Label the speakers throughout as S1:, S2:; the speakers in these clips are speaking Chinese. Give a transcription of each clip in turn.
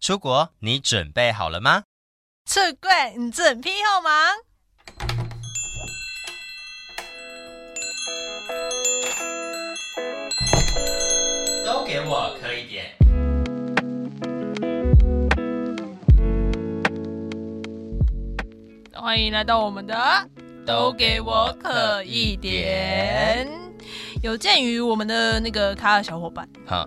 S1: 出国，你准备好了吗？
S2: 出国，你准备好吗？
S1: 都给我磕一点。
S2: 欢迎来到我们的，
S1: 都给我可一点。
S2: 有鉴于我们的那个卡尔小伙伴
S1: 好，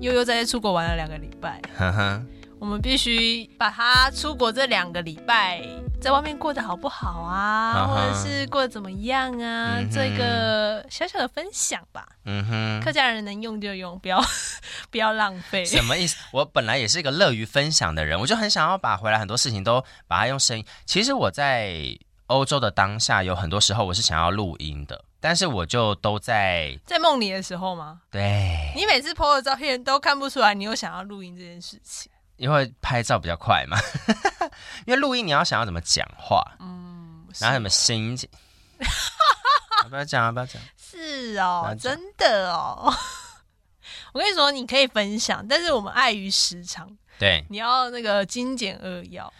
S2: 悠悠在出国玩了两个礼拜，
S1: 哼哼，
S2: 我们必须把他出国这两个礼拜在外面过得好不好啊，
S1: 啊
S2: 或
S1: 哈
S2: 者是过得怎么样啊，
S1: 嗯哼
S2: 做一个小小的分享吧。
S1: 嗯哼。
S2: 客家人能用就用，不要 不要浪费。
S1: 什么意思？我本来也是一个乐于分享的人，我就很想要把回来很多事情都把它用声音。其实我在欧洲的当下，有很多时候我是想要录音的，但是我就都在
S2: 在梦里的时候吗？
S1: 对，
S2: 你每次 PO 的照片都看不出来你有想要录音这件事情。
S1: 因为拍照比较快嘛， 因为录音你要想要怎么讲话，
S2: 嗯，是
S1: 然后什么心 情，啊不要讲啊，不要讲。
S2: 是哦
S1: 难，讲
S2: 真的哦。 我跟你说，你可以分享，但是我们碍于时长，
S1: 对，
S2: 你要那个精简扼要，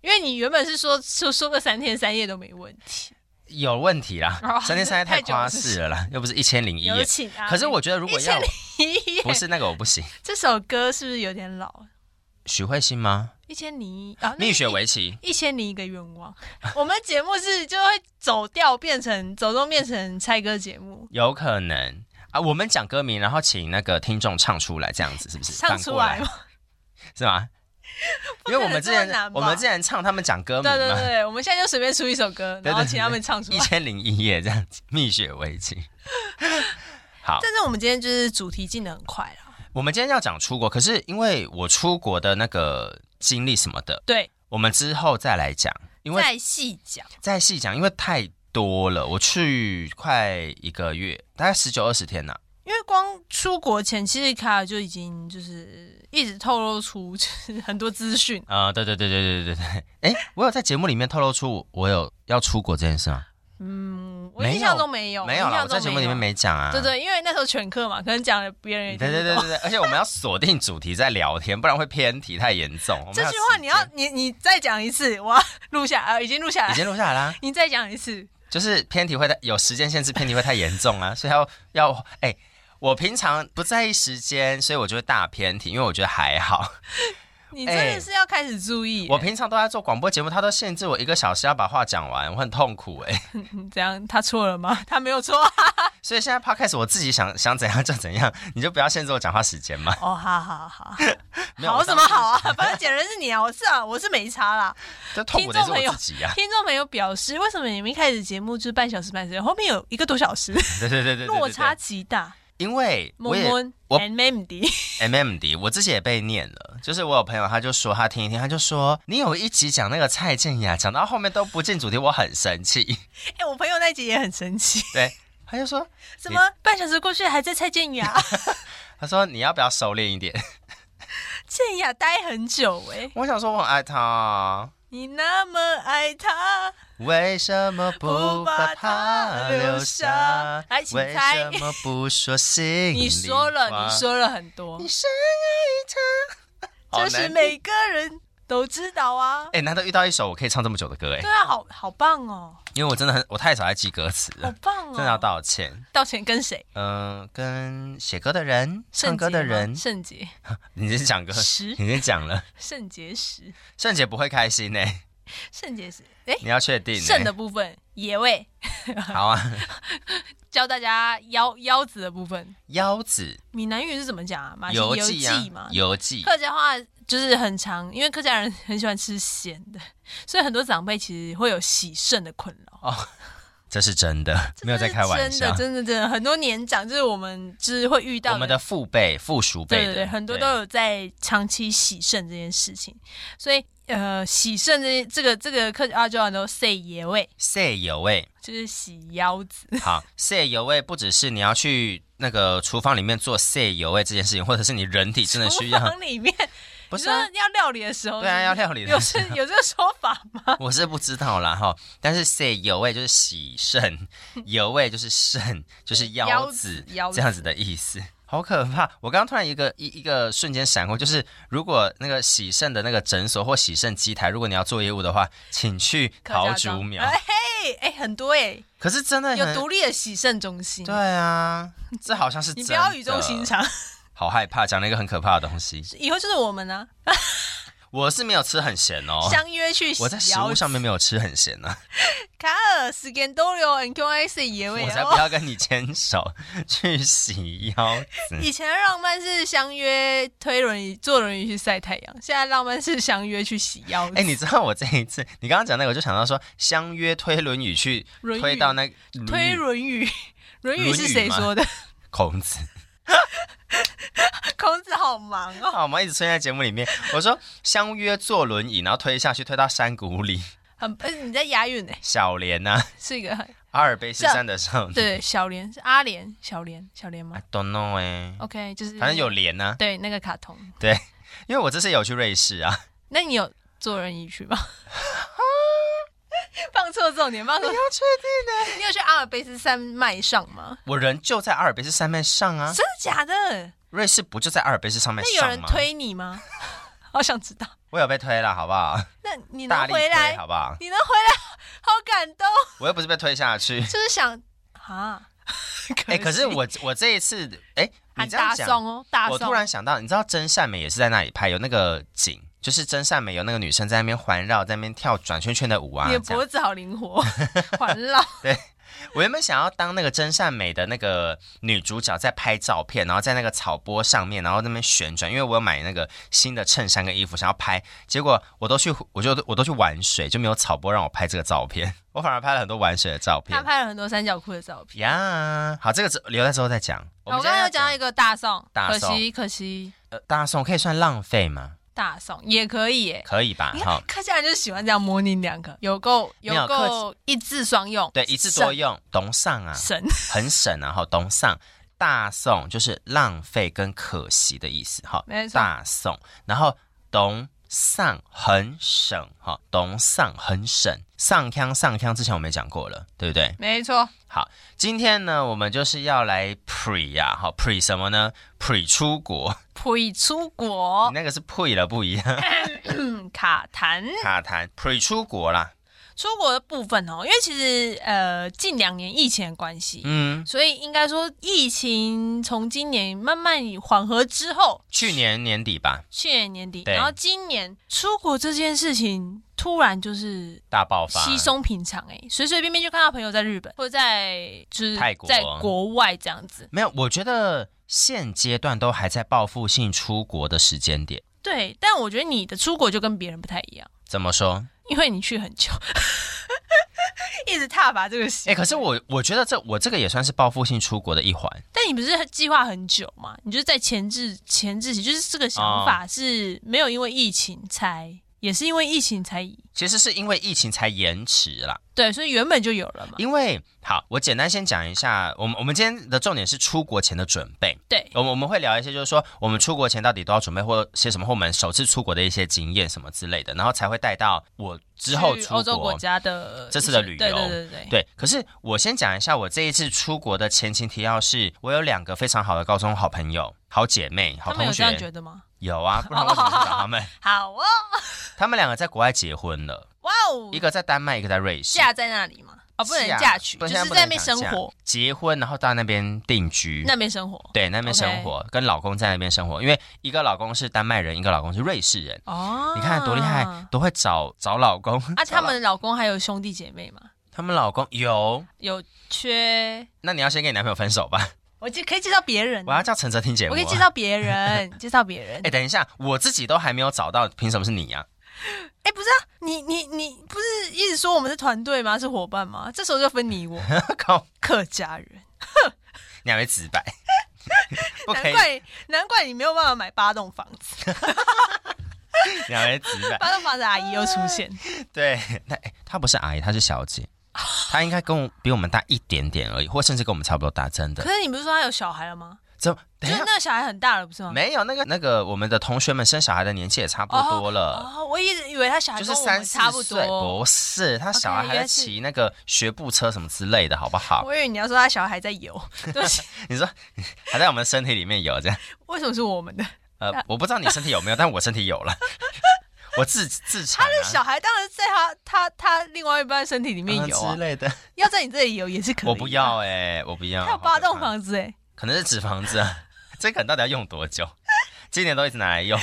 S2: 因为你原本是说就说个三天三夜都没问题。
S1: 有问题啦
S2: 哦，
S1: 三天三夜太
S2: 太久
S1: 夸
S2: 了是不是
S1: 饰了啦，又不是一千零一
S2: 有
S1: 夜。
S2: 请啊！
S1: 可是我觉得如果要我
S2: 一夜
S1: 不是那个我不行，
S2: 这首歌是不是有点老？
S1: 许慧欣吗？
S2: 一千零一哦啊，那
S1: 蜜雪
S2: 一
S1: 围棋，
S2: 一千零一个愿望。 我们节目是就会走调，变成走中变成猜歌节目，
S1: 有可能啊，我们讲歌名，然后请那个听众唱出来，这样子是不是？
S2: 唱
S1: 反
S2: 出
S1: 过来
S2: 来吗？
S1: 是吗？因为我们之
S2: 不可能这么
S1: 前
S2: 难吧
S1: 我们之前唱他们讲歌名
S2: 对对对
S1: 嘛，
S2: 对，我们现在就随便出一首歌，
S1: 对对
S2: 然后请他们唱出
S1: 一
S2: 来。
S1: 千零一夜这样子，蜜雪围 棋。好，
S2: 但是我们今天就是主题进的很快了，
S1: 我们今天要讲出国，可是因为我出国的那个经历什么的，
S2: 对，
S1: 我们之后再来讲，因为
S2: 再细讲。
S1: 再细讲，因为太多了，我去快一个月，大概十九二十天呐、
S2: 因为光出国前，其实卡尔就已经就是一直透露出就是很多资讯。
S1: 啊。对对对对对对对。 哎，我有在节目里面透露出我有要出国这件事吗？
S2: 嗯，我
S1: 没有
S2: 印象中没有，
S1: 没有
S2: 印
S1: 啦，
S2: 象
S1: 我
S2: 中
S1: 在节目里面
S2: 没
S1: 没讲啊。
S2: 有。对。对，因为那时候全课嘛，可能讲了别人也听
S1: 对
S2: 不
S1: 对对
S2: 懂
S1: 对对，而且我们要锁定主题在聊天，不然会偏题太严重。我们
S2: 这
S1: 还有
S2: 句话
S1: 时
S2: 你要
S1: 间
S2: 你你再讲一次，我要录下来，呃已经录下
S1: 已
S2: 来，
S1: 经录下来啦，
S2: 你再讲一次。
S1: 就是偏题会太有时间限制，偏题会太严重啊，所 以要要哎、我平常不在意时间，所以我就会大偏题，因为我觉得还好。
S2: 你真
S1: 哎
S2: 的是要开始注意、
S1: 我平常都在做广播节目，他都限制我一个小时要把话讲完，我很痛苦哎、
S2: 嗯怎样？他错了吗？他没有错、啊。
S1: 所以现在 podcast 我自己想想怎样就怎样，你就不要限制我讲话时间嘛。
S2: 哦，好好好，
S1: 没有
S2: 好
S1: 我
S2: 什
S1: 当
S2: 么好啊？反正捡人是你啊，我是啊，我是没差啦。
S1: 就痛苦的也是我自己啊呀、
S2: 听众朋友表示，为什么你们一开始节目就是半小时半小时，后面有一个多小时，
S1: 对对对对对对
S2: 落差极大。
S1: 因为我
S2: 萌
S1: 也
S2: 萌
S1: 我
S2: and Mandy，
S1: MMD，我自己也被念了。就是我有朋友，他就说他听一听，他就说你有一集讲那个蔡健雅，讲到后面都不进主题，我很生气。
S2: 哎、我朋友那集也很神奇，
S1: 对，他就说
S2: 什么半小时过去还在蔡健雅，
S1: 他说你要不要收敛一点？
S2: 健雅待很久哎、
S1: 我想说我很爱他，啊
S2: 你那么爱他，
S1: 为什么不把他留下
S2: 来？请
S1: 为
S2: 猜
S1: 什么不说心里
S2: 你说了，
S1: 话
S2: 你说了很多
S1: 你，深爱他，好
S2: 就
S1: 难
S2: 是
S1: 听
S2: 每个人都知道啊。
S1: 哎、难得遇到一首我可以唱这么久的歌哎
S2: 对，啊，好好棒哦，
S1: 因为我真的很我太少爱记歌词
S2: 好
S1: 了，
S2: 棒
S1: 啊
S2: 哦！
S1: 真的要道歉。
S2: 道歉跟谁？
S1: 嗯、跟写歌的人、唱
S2: 圣
S1: 歌
S2: 洁
S1: 的
S2: 吗
S1: 人，
S2: 圣洁
S1: 你先讲歌，
S2: 石，
S1: 你先讲了，
S2: 圣洁石，
S1: 圣姐不会开心呢、
S2: 圣洁石。哎，
S1: 你要确定、欸。
S2: 圣的部分，野味，
S1: 好啊，
S2: 教大家腰腰子的部分。
S1: 腰子
S2: 闽南语是怎么讲啊？马戏
S1: 游
S2: 游
S1: 记
S2: 记
S1: 啊
S2: 嘛，。
S1: 游记
S2: 客家话就是很长，因为客家人很喜欢吃咸的， 所以很多长辈其实会有洗肾的困扰。
S1: 这是真的，没有在开玩笑
S2: 真的，。真的，真的，很多年长就是我们就是会遇到
S1: 我们的父辈、父叔辈
S2: 对
S1: 的，
S2: 对对，很多都有在长期洗肾这件事情，所以呃，洗肾这这个这个客家话都 say 爷味，
S1: 塞有 味。
S2: 就是洗腰子。
S1: 好，塞有味不只是你要去那个厨房里面做塞有味这件事情，或者是你人体真的 需
S2: 厨
S1: 要，
S2: 房里面，
S1: 不
S2: 你
S1: 是
S2: 说
S1: 啊、
S2: 要料理的时候，
S1: 对啊，要料理
S2: 有
S1: 的时
S2: 这
S1: 候，
S2: 有这个说法吗？
S1: 我是不知道啦哈。但是塞有味就是洗肾，有味就是肾，就是腰
S2: 腰
S1: 子
S2: 子腰
S1: 这样子的意思。好可怕！我刚刚突然一个一一个瞬间闪过，就是如果那个喜盛的那个诊所或喜盛机台，如果你要做业务的话，请去
S2: 客
S1: 桃
S2: 家
S1: 竹
S2: 庄
S1: 苗。
S2: 哎嘿，哎，很多哎，
S1: 可是真的
S2: 有
S1: 很
S2: 独立的洗肾中心。
S1: 对， 啊，这好像是
S2: 你不
S1: 真
S2: 要
S1: 的
S2: 语重心，长，
S1: 好害怕讲了一个很可怕的东西。
S2: 以后就是我们呢，
S1: 我是没有吃很咸 哦，
S2: 相约去
S1: 我在食物上面没有吃很咸啊呢、
S2: 卡尔斯根多留 N Q I C 也哦未
S1: 我才不要跟你牵手去洗腰 子。
S2: 以前的浪漫是相约推轮椅、坐轮椅去晒太阳，现在浪漫是相约去洗腰子。
S1: 哎、你知道我这一次，你刚刚讲那个，我就想到说，相约推轮椅去
S2: 轮椅
S1: 推到那
S2: 推
S1: 椅
S2: 轮椅，轮 椅
S1: 轮
S2: 是
S1: 椅
S2: 谁
S1: 吗
S2: 说的？
S1: 孔子，
S2: 孔子好忙哦，
S1: 好，我们一直出现在节目里面。我说相约坐轮椅，然后推下去，推到山谷里。
S2: 很呃你在押韵呢，
S1: 小莲呐、
S2: 是一个 很
S1: 阿尔卑斯山的少女。
S2: 对小莲是阿莲小莲小莲吗
S1: I don't know 哎、
S2: ？OK，就是
S1: 反正有莲呐、
S2: 对那个卡通，
S1: 因为我这次有去瑞士啊。
S2: 那你有坐轮 椅去吗？放错重点，放错。你要确定的？你有去阿尔卑斯山脉上吗？
S1: 我人就在阿尔卑斯山脉上啊
S2: 真，的假的？
S1: 瑞士不就在阿尔卑斯山脉
S2: 那有
S1: 上
S2: 人
S1: 吗？
S2: 推你吗？ 好想知道。
S1: 我有被推了，好不好？
S2: 那你
S1: 大
S2: 能
S1: 力
S2: 回来
S1: 推，好不好？
S2: 你能回来，好感动，
S1: 我又不是被推下去。
S2: 就是想啊。
S1: 哎、可是我我这一次，哎、你
S2: 很
S1: 这样
S2: 大
S1: 讲，
S2: 送哦，大
S1: 我
S2: 送。
S1: 突然想到，你知道真善美也是在那里拍，有那个景，就是真善美有那个女生在那边环绕，在那边跳转圈圈的舞啊。
S2: 你的
S1: 这样
S2: 脖子好 灵活，环绕。
S1: 我原本想要当那个真善美的那个女主角，在拍照片，然后在那个草坡上面，然后那边旋转，因为我有买那个新的衬衫跟衣服，想要拍，结果我都去，我就我都去玩水，就没有草坡让我拍这个照片，我反而拍了很多玩水的照
S2: 他
S1: 片。
S2: 拍了很多三角裤的照片。
S1: 呀好，这个只留在之后再讲。
S2: 我
S1: 们
S2: 刚刚有
S1: 现在
S2: 讲到一个大送，
S1: 大
S2: 可
S1: 送
S2: 惜可惜
S1: 呃大宋可以算浪费吗？
S2: 大送也可以耶。
S1: 可以吧
S2: 你？看
S1: 啊好，，
S2: 客家人就喜欢这样模拟两个，有够
S1: 没有客
S2: 够一字双用，
S1: 对，一次多用，懂上啊，
S2: 神。
S1: 很省啊，好，懂上。大宋就是浪费跟可惜的意思，哈
S2: 没，错
S1: 大宋，然后懂上很省，哈，懂上很省，上腔上腔之前我们也讲过了，对不对？
S2: 没错，
S1: 今天呢，我们就是要来 pre 呀、啊，好 pre 什么呢？pre 出国，
S2: pre 出国
S1: 你那个是 pre 了不一样，
S2: 嗯卡痰。
S1: 卡痰
S2: 嗯
S1: pre 出国啦，
S2: 出国的部分哦，因为其实呃近两年疫情的关系，
S1: 嗯，
S2: 所以应该说疫情从今年慢慢缓和之后，
S1: 去年年底吧，
S2: 去年年底，
S1: 对
S2: 然后今年出国这件事情突然就是
S1: 大爆发，
S2: 稀松平常哎、随随便便就看到朋友在日本或者在就是
S1: 泰国
S2: 在国外这样子。
S1: 没有，我觉得现阶段都还在报复性出国的时间点。
S2: 对，但我觉得你的出国就跟别人不太一样，
S1: 怎么说？
S2: 因为你去很久， 一直踏伐这个
S1: 哎、
S2: 行为。
S1: 可是我我觉得这我这个也算是报复性出国的一环。
S2: 但你不是计划很久嘛？你就是在前置前置期，就是这个
S1: 哦
S2: 想法是没有因为疫情才，也是因为疫情才
S1: 其实是因为疫情才延迟啦，
S2: 对，所以原本就有了嘛。
S1: 因为好，我简单先讲一下，我们我们今天的重点是出国前的准备，
S2: 对，
S1: 我们我们会聊一些，就是说我们出国前到底都要准备或些什么，或我们首次出国的一些经验什么之类的，然后才会带到我之后
S2: 去
S1: 出
S2: 欧洲国家的
S1: 这次的旅游
S2: 对对对对对，
S1: 对，可是我先讲一下，我这一次出国的前情提要是，我有两个非常好的高中好朋友、好姐妹、好
S2: 他
S1: 同
S2: 们有这样觉
S1: 学，
S2: 得吗？
S1: 有 啊，不然我怎么去找他们？
S2: 好哦，
S1: 他们两个在国外结婚了，
S2: 哇哦
S1: 一，个在丹麦，一个在瑞士，
S2: 嫁在那里嘛？哦，不能
S1: 嫁
S2: 嫁娶，
S1: 不
S2: 就
S1: 能
S2: 是
S1: 现不
S2: 在那
S1: 能
S2: 边
S1: 讲
S2: 生
S1: 嫁
S2: 活，
S1: 结婚，然后到那边定居。
S2: 那边生活。
S1: 对，那边
S2: OK
S1: 生活跟老公在那边生活，因为一个老公是丹麦人，一个老公是瑞士人，
S2: 哦，
S1: 你看多厉害，多会找找老公
S2: 啊！
S1: 找老
S2: 他们老公还有兄弟姐妹嘛？
S1: 他们老公有，
S2: 有缺，
S1: 那你要先跟你男朋友分手吧，
S2: 我就可以介绍别 人
S1: 我，要叫陈哲听节目
S2: 嗯
S1: 啊。
S2: 我可以介绍别人，介绍别人
S1: 哎、。等一下，我自己都还没有找到，凭什么是你啊呀、
S2: 哎、不是啊，你你你不是一直说我们是团队吗？是伙伴吗？这时候就分你 我
S1: 靠，
S2: 客家人，
S1: 你还没直白， 不可
S2: 难
S1: 以，
S2: 怪难怪你没有办法买八栋房 子，
S1: 你还没直白。
S2: 八栋房子阿姨又出 现，
S1: 对，那、哎她不是阿姨，她是小姐，
S2: 哦
S1: 她应该跟我比我们大一点点而已，或甚至跟我们差不多大，真的
S2: 可。是你不是说他有小孩了吗？
S1: 怎么？
S2: 就
S1: 等一
S2: 是
S1: 下，
S2: 那个小孩很大了，不是吗？
S1: 没有那个那个，我们的同学们生小孩的年纪也差不多了。
S2: 哦，我一直以为他小孩
S1: 就
S2: 跟
S1: 是
S2: 我们
S1: 三四
S2: 差不
S1: 岁，
S2: 多。
S1: 不是他小
S2: OK，
S1: 孩还
S2: 原
S1: 在
S2: 来是
S1: 骑那个学步车什么之类的，好不好？
S2: 我以为你要说他小孩还在游，对不起，
S1: 你说 还在我们身体里面有这样？
S2: 为什么是我们的？
S1: 呃，我不知道你身体有没有，但我身体有 了，我自自产、啊。
S2: 那小孩当然在他他他另外一半身体里面有
S1: 啊
S2: 啊
S1: 之，类的，
S2: 要在你这里游也是可以。啊
S1: 我不，要哎、我不要。
S2: 他
S1: 好
S2: 有八
S1: 可
S2: 栋
S1: 怕，
S2: 房子哎，
S1: 可能是纸房子 啊，这个到底要用多久？今年都一直拿来用，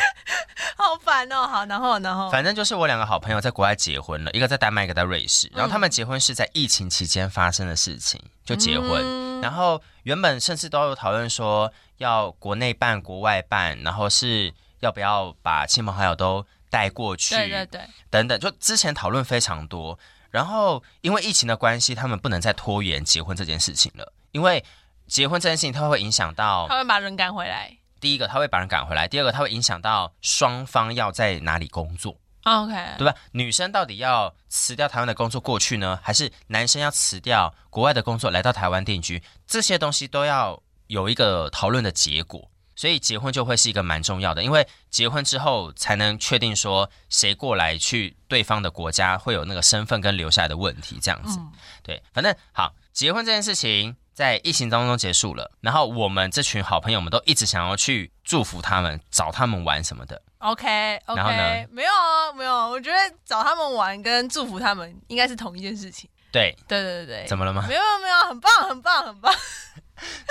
S2: 好烦哦。好，然后然后
S1: 反正就是我两个好朋友在国外结婚了，一个在丹麦，一个在瑞士。然后他
S2: 嗯
S1: 们结婚是在疫情期间发生的事情，就结婚。
S2: 嗯
S1: 然后原本甚至都有讨论说要国内办、国外办，然后是要不要把亲朋好友都带过去，
S2: 对对对，
S1: 等等，就之前讨论非常多。然后因为疫情的关系，他们不能再拖延结婚这件事情了，因为结婚这件事情它会影响到
S2: 他会把人赶回来。
S1: 第一个，它会把人赶回来；第二个，它会影响到双方要在哪里工作，
S2: OK，
S1: 对吧？女生到底要辞掉台湾的工作过去呢，还是男生要辞掉国外的工作来到台湾定居？这些东西都要有一个讨论的结果。所以结婚就会是一个蛮重要的，因为结婚之后才能确定说谁过来去对方的国家会有那个身份跟留下来的问题，这样子。
S2: 嗯，
S1: 对，反正好，结婚这件事情在疫情当中结束了，然后我们这群好朋友们都一直想要去祝福他们，找他们玩什么的。
S2: OK
S1: 然后呢
S2: OK，没有啊，没有啊，我觉得找他们玩跟祝福他们应该是同一件事情。
S1: 对，
S2: 对对对
S1: 怎
S2: 对，
S1: 么了吗？
S2: 没有没有，很棒很棒很棒。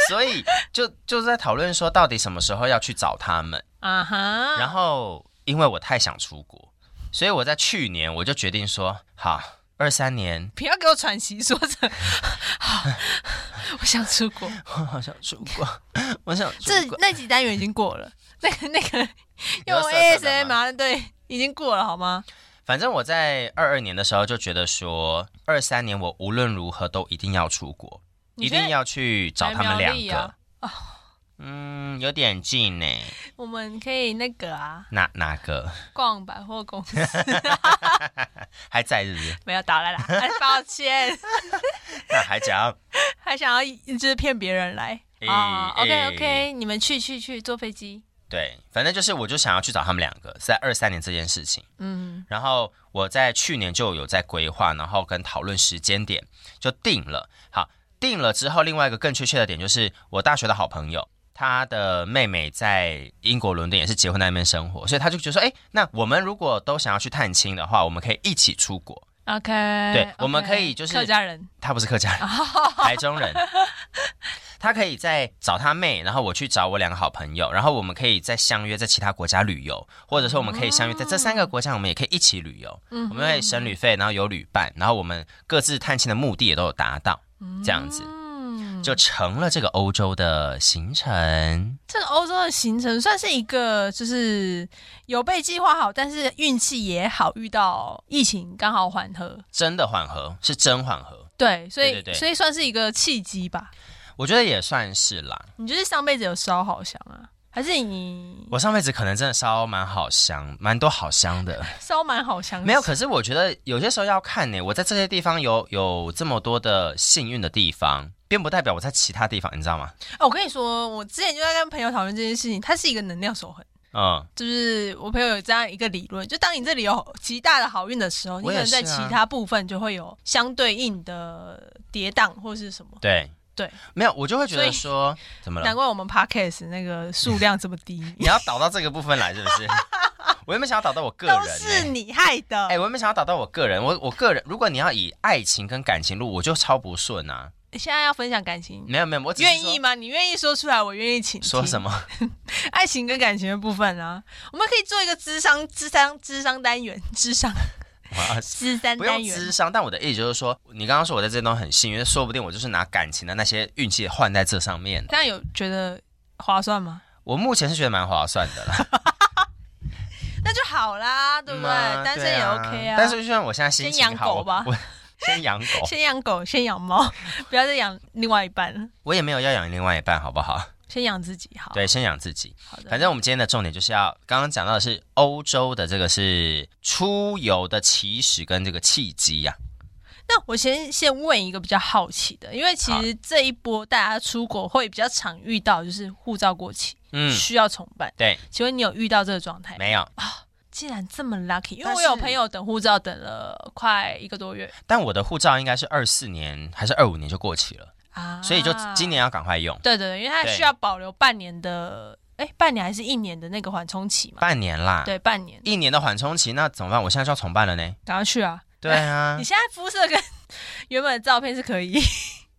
S1: 所以就就是在讨论说，到底什么时候要去找他们。
S2: 啊哈，
S1: 然后因为我太想出国，所以我在去年我就决定说，好，二三年
S2: 不要给我喘息，说着，我想出 国。
S1: 我好想出国，我想出
S2: 这
S1: 国。
S2: 那几单元已经过了，那个那个
S1: 有
S2: 用
S1: 色色的
S2: ASM
S1: 吗
S2: 啊，对，已经过了好吗？
S1: 反正我在二二年的时候就觉得说，二三年我无论如何都一定要出国。
S2: 你
S1: 一
S2: 觉得
S1: 定要去找他们
S2: 来苗
S1: 两
S2: 栗
S1: 个。
S2: 啊
S1: 嗯，有点近呢。
S2: 我们可以那个啊，
S1: 哪哪个
S2: 逛百货公司，
S1: 还在是不是？
S2: 没有 打来啦，哎抱歉，
S1: 那还讲
S2: 还想要就是骗别人来
S1: 哎
S2: 啊。
S1: 哎
S2: OK OK，你们去去去，坐飞机。
S1: 对，反正就是我就想要去找他们两个，是在二三年这件事情。
S2: 嗯，
S1: 然后我在去年就有在规划，然后跟讨论时间点就定了。好，定了之后，另外一个更确切的点就是我大学的好朋友。他的妹妹在英国伦敦也是结婚在那边生活，所以他就觉得说，哎、那我们如果都想要去探亲的话，我们可以一起出国。
S2: OK，
S1: 对我们可以就是
S2: 客家人
S1: 他不是客家人，台中人。他可以再找他妹，然后我去找我两个好朋友，然后我们可以再相约在其他国家旅游，或者说我们可以相约在这三个国家，我们也可以一起旅游。我们可以省旅费，然后有旅伴，然后我们各自探亲的目的也都有达到，这样子
S2: 嗯，
S1: 就成了这个欧洲的行程。
S2: 这个欧洲的行程算是一个，就是有被计划好，但是运气也好，遇到疫情刚好缓和，
S1: 真的缓和，是真缓和，
S2: 对，所以
S1: 对对对
S2: 所以算是一个契机吧。
S1: 我觉得也算是啦。
S2: 你就是上辈子有烧好香啊，还是你
S1: 我上辈子可能真的烧蛮好香，蛮多好香的。
S2: 烧满好香？
S1: 没有，可是我觉得有些时候要看呢、我在这些地方有有这么多的幸运的地方，并不代表我在其他地方，你知道吗？
S2: 哦我跟你说，我之前就在跟朋友讨论这件事情，它是一个能量守恒。
S1: 嗯，
S2: 就是我朋友有这样一个理论，就当你这里有极大的好运的时候，你
S1: 我
S2: 可
S1: 也
S2: 能在其
S1: 是啊
S2: 他部分就会有相对应的跌宕或是什么。
S1: 对
S2: 对，
S1: 没有，我就会觉
S2: 所
S1: 得
S2: 以
S1: 说怎么
S2: 难
S1: 了？
S2: 怪我们 podcast 那个数量这么低，
S1: 你要导到这个部分来是 不是？我原本想要导到我 个人、
S2: 都
S1: 欸，
S2: 是你害的。
S1: 哎、我原本想要导到我个人，我我个人，如果你要以爱情跟感情路，我就超不顺啊。
S2: 现在要分享感情，
S1: 没有没有，我只是
S2: 愿意
S1: 说
S2: 吗？你愿意说出来，我愿意请。
S1: 说什
S2: 么？
S1: 么？
S2: 爱情跟感情的部分啊，我们可以做一个智商、智商、智商单元、智商、
S1: 我要
S2: 智商
S1: 不用
S2: 单元
S1: 智。商，但我的意思就是说，你刚刚说我在这东西很幸运，说不定我就是拿感情的那些运气换在这上面的。
S2: 这样有觉得划算吗？
S1: 我目前是觉得蛮划算的啦。
S2: 那就好啦， 对不对？
S1: 嗯啊
S2: 单 身
S1: 对
S2: 也 OK 啊。
S1: 但是就算我现在心
S2: 先
S1: 情
S2: 养
S1: 好
S2: 狗吧
S1: 我我 先养狗，
S2: 先养狗，先 养猫，不要再养另外一半了，
S1: 我也没有要养另外一半，好不好？
S2: 先养自己好。
S1: 对，先养自己。
S2: 好的。
S1: 反正我们今天的重点就是要，刚刚讲到的是欧洲的这个是出游的起始跟这个契机啊呀、
S2: 那我先先问一个比较好奇的，因为其实这一波大家出国会比较常遇到，就是护照过期、
S1: 嗯，
S2: 需要重办。
S1: 对，
S2: 请问你有遇到这个状态？
S1: 没有，
S2: 竟然这么 lucky，因为
S1: 但
S2: 我
S1: 是
S2: 有朋友等护照等了快一个多月
S1: 但我的护照应该是二四年还是二五年就过期了，
S2: 啊，
S1: 所以就今。年要赶快用，
S2: 对对对，因为他
S1: 对
S2: 需要保留半年的，哎，半年还是一年的那个缓冲期嘛？
S1: 半年啦，
S2: 对，半年，
S1: 一年的缓冲期，那怎么办？我现在就要重办了呢。
S2: 赶快去啊！
S1: 对啊
S2: 你，现在肤色跟原本的照片是可以，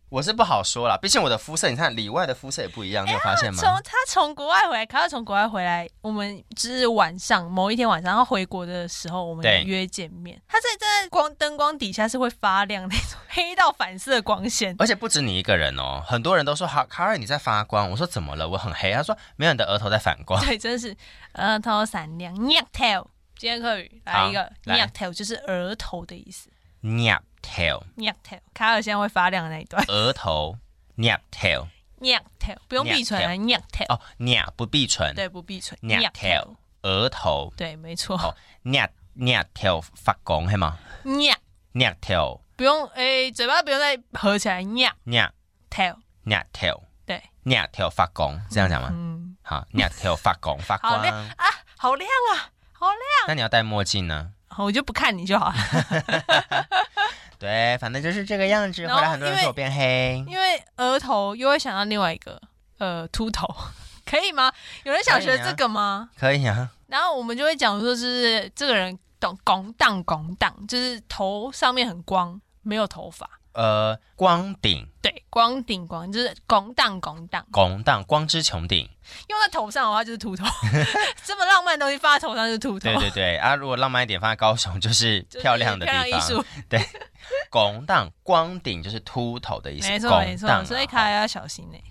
S1: 我是不好说啦，毕竟我的肤色，你看里外的肤色也不一样，你有发现
S2: 哎从
S1: 吗？
S2: 他从国外回来，他从国外回来，我们就是晚上某一天晚上，他回国的时候，我们
S1: 对
S2: 约见面。他在站在光灯光底下是会发亮那种 黑到反射光线，
S1: 而且不止你一个人哦，很多人都说好，卡尔你在发光。我说怎么了？我很黑。啊他说没有，你的额头在反光。
S2: 对，真是呃额头闪亮 n i t a i l 今天课语来一个 n
S1: 来
S2: i t a i l 就是额头的意思
S1: Nap tail，
S2: n i t a i l 卡尔现在会发亮的那一段
S1: 额头 nap tail。
S2: n i t a i l 不用闭唇啊 n i t a i l
S1: 哦，nap 不闭唇，
S2: 对，不闭唇
S1: Nyak tail
S2: Nyak tail
S1: 额头
S2: 对，没错
S1: 好 nap nap tail 发光，嘿吗
S2: n i
S1: ？nap tail
S2: 不用诶，嘴巴不用再合起来 n i
S1: nap
S2: t a i l
S1: nap tail
S2: 对，
S1: nap tail 发光，这样讲吗？
S2: 嗯，
S1: 好，nap tail 发光 发
S2: 好亮
S1: 光。
S2: 啊，好亮啊，好亮，
S1: 那你要戴墨镜呢？
S2: 好我就不看你就好了，
S1: 对，反正就是这个样子。
S2: 然
S1: 回
S2: 后
S1: 来很多人
S2: 因为
S1: 说我变黑，
S2: 因为额头又会想到另外一个呃秃头， 可以吗？有人想
S1: 可以
S2: 学
S1: 啊
S2: 这个吗？
S1: 可以啊。
S2: 然后我们就会讲说，就是这个人懂拱荡拱荡，就是头上面很光，没有头发，
S1: 呃，光顶
S2: 对，光顶光就是拱荡拱荡。
S1: 拱荡，光之穹 顶。
S2: 用在头上的话就是 秃头，这么浪漫的东西放在头上就是秃头
S1: 对，对对啊，如果浪漫一点，放在高雄就是
S2: 就是
S1: 漂亮的地
S2: 漂亮艺
S1: 方。
S2: 术，
S1: 拱荡光顶就是秃头的意思，
S2: 没错
S1: 拱
S2: 没
S1: 荡
S2: 错，
S1: 啊
S2: 所以卡要小心呢、欸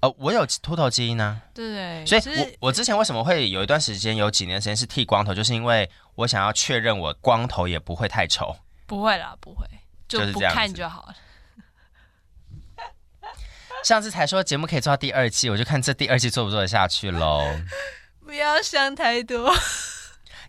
S1: 呃，我有秃头基因呢、
S2: 对对，
S1: 所以
S2: 就
S1: 我
S2: 是
S1: 我之前为什么会有一段时间有几年时间是剃光头，就是因为我想要确认我光头也不会太 丑。
S2: 不会啦，不会，就
S1: 就是
S2: 不
S1: 这样子
S2: 看就好了。
S1: 上次才说节目可以做到第二季，我就看这第二季做不做得下去 喽。
S2: 不要想太多。
S1: 啊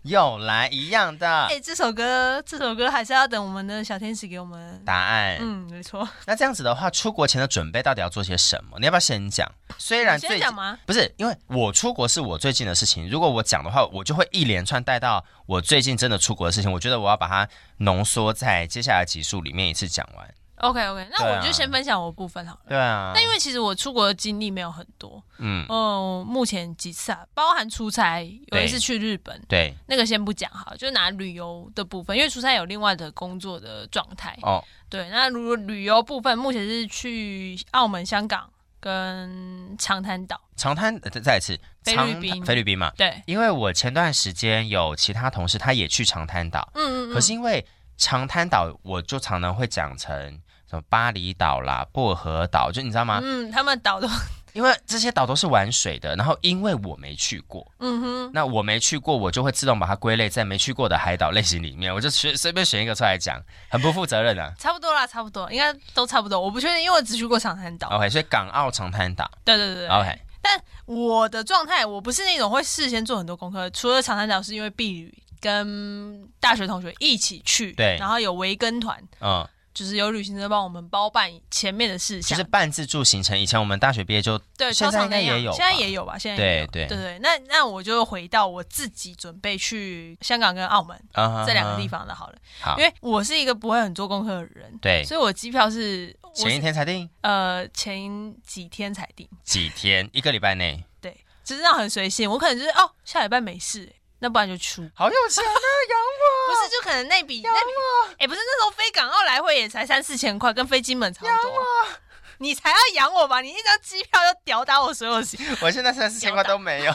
S1: 又来一样的
S2: 哎、这首歌，这首歌还是要等我们的小天使给我们。
S1: 答案。
S2: 嗯，没错。
S1: 那这样子的话，出国前的准备到底要做些什么？你要不要先讲？虽然
S2: 你先
S1: 最
S2: 讲吗？
S1: 不是因为我出国是我最近的事情，如果我讲的话，我就会一连串带到我最近真的出国的事情。我觉得我要把它浓缩在接下来集数里面一次讲完。
S2: OK OK，那
S1: 对
S2: 我
S1: 啊
S2: 就先分享我的部分好了。
S1: 对啊
S2: 那，因为其实我出国的经历没有很多，
S1: 嗯，
S2: 嗯，目前几次啊，包含出差，有一
S1: 对
S2: 次去日本，
S1: 对，
S2: 那个先不讲哈，就拿旅游的部分，因为出差有另外的工作的状态。
S1: 哦，
S2: 对，那如果旅游部分，目前是去澳门、香港跟长滩岛。
S1: 长滩呃再再一次，
S2: 菲律
S1: 长滩
S2: 宾
S1: 菲律宾嘛，
S2: 对，
S1: 因为我前段时间有其他同事他也去长滩岛，
S2: 嗯嗯
S1: 可
S2: 嗯，
S1: 是因为长滩岛，我就常常会讲成什么巴厘岛啦、薄荷岛，就你知道吗？
S2: 嗯，他们岛都，
S1: 因为这些岛都是玩水的，然后因为我没去过，
S2: 嗯哼，
S1: 那我没去过，我就会自动把它归类在没去过的海岛类型里面，我就随随便选一个出来讲，很不负责任啊。
S2: 差不多啦，差不多，应该都差不多。我不确定，因为我只去过长滩岛。
S1: OK，所以港澳长滩岛
S2: 对对对对。
S1: 哦，OK，
S2: 我的状态，我不是那种会事先做很多功课，除了长滩岛是因为避旅跟大学同学一起去，
S1: 对
S2: 然后有维跟团，
S1: 嗯，
S2: 就是有旅行社帮我们包办前面的事
S1: 就
S2: 项，
S1: 是半自助行程。以前我们大学毕业就
S2: 对，
S1: 现在
S2: 通常
S1: 应该
S2: 那样
S1: 也有吧
S2: 现在也有吧，现在也有
S1: 对对
S2: 对对。那那我就回到我自己准备去香港跟澳门
S1: 啊
S2: 这两个地
S1: 方，
S2: 方的好了，
S1: 好
S2: 因，为我是一个不会很做功课的人，
S1: 啊对，
S2: 所以我机票是我
S1: 前一
S2: 是
S1: 天才定，
S2: 呃前几天才订。
S1: 几天，一个礼拜内，
S2: 对，只是那很随性。我可能就是哦，下礼拜没事、那不然就出。
S1: 好有钱啊，
S2: 不是，就可能那笔那笔，哎、不是那时候飞港澳来回也才三四千块，跟飞金门差不多。你才要养我吧？你一张机票就吊打我所有行，
S1: 我现在三四千块都没有，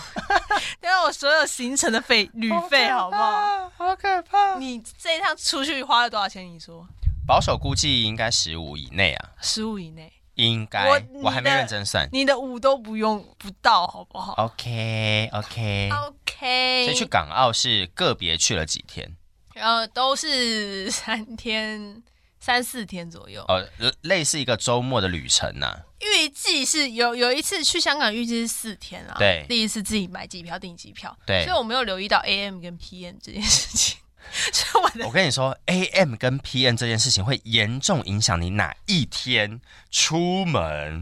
S2: 吊打我所有行程的费旅费， 好不好？
S1: 好？好可怕！
S2: 你这一趟出去花了多少钱？你说
S1: 保守估计应该十五以内啊，
S2: 十五以内，
S1: 应该
S2: 我
S1: 我还没
S2: 你的
S1: 认真算。
S2: 你的五都不用不到，好不好
S1: OK OK，
S2: ？OK，
S1: 所以去港澳是个别去了几天，
S2: 呃都是三天三四天左右。
S1: 呃，类似一个周末的旅程啊呐、
S2: 预计是有有一次去香港，预计是四天啊。
S1: 对
S2: 第一次自己买机票订机票，
S1: 对
S2: 所以我没有留意到 AM 跟 PM 这件事情。 所以我的
S1: 我跟你说，AM 跟 PM 这件事情会严重影响你哪一天出门，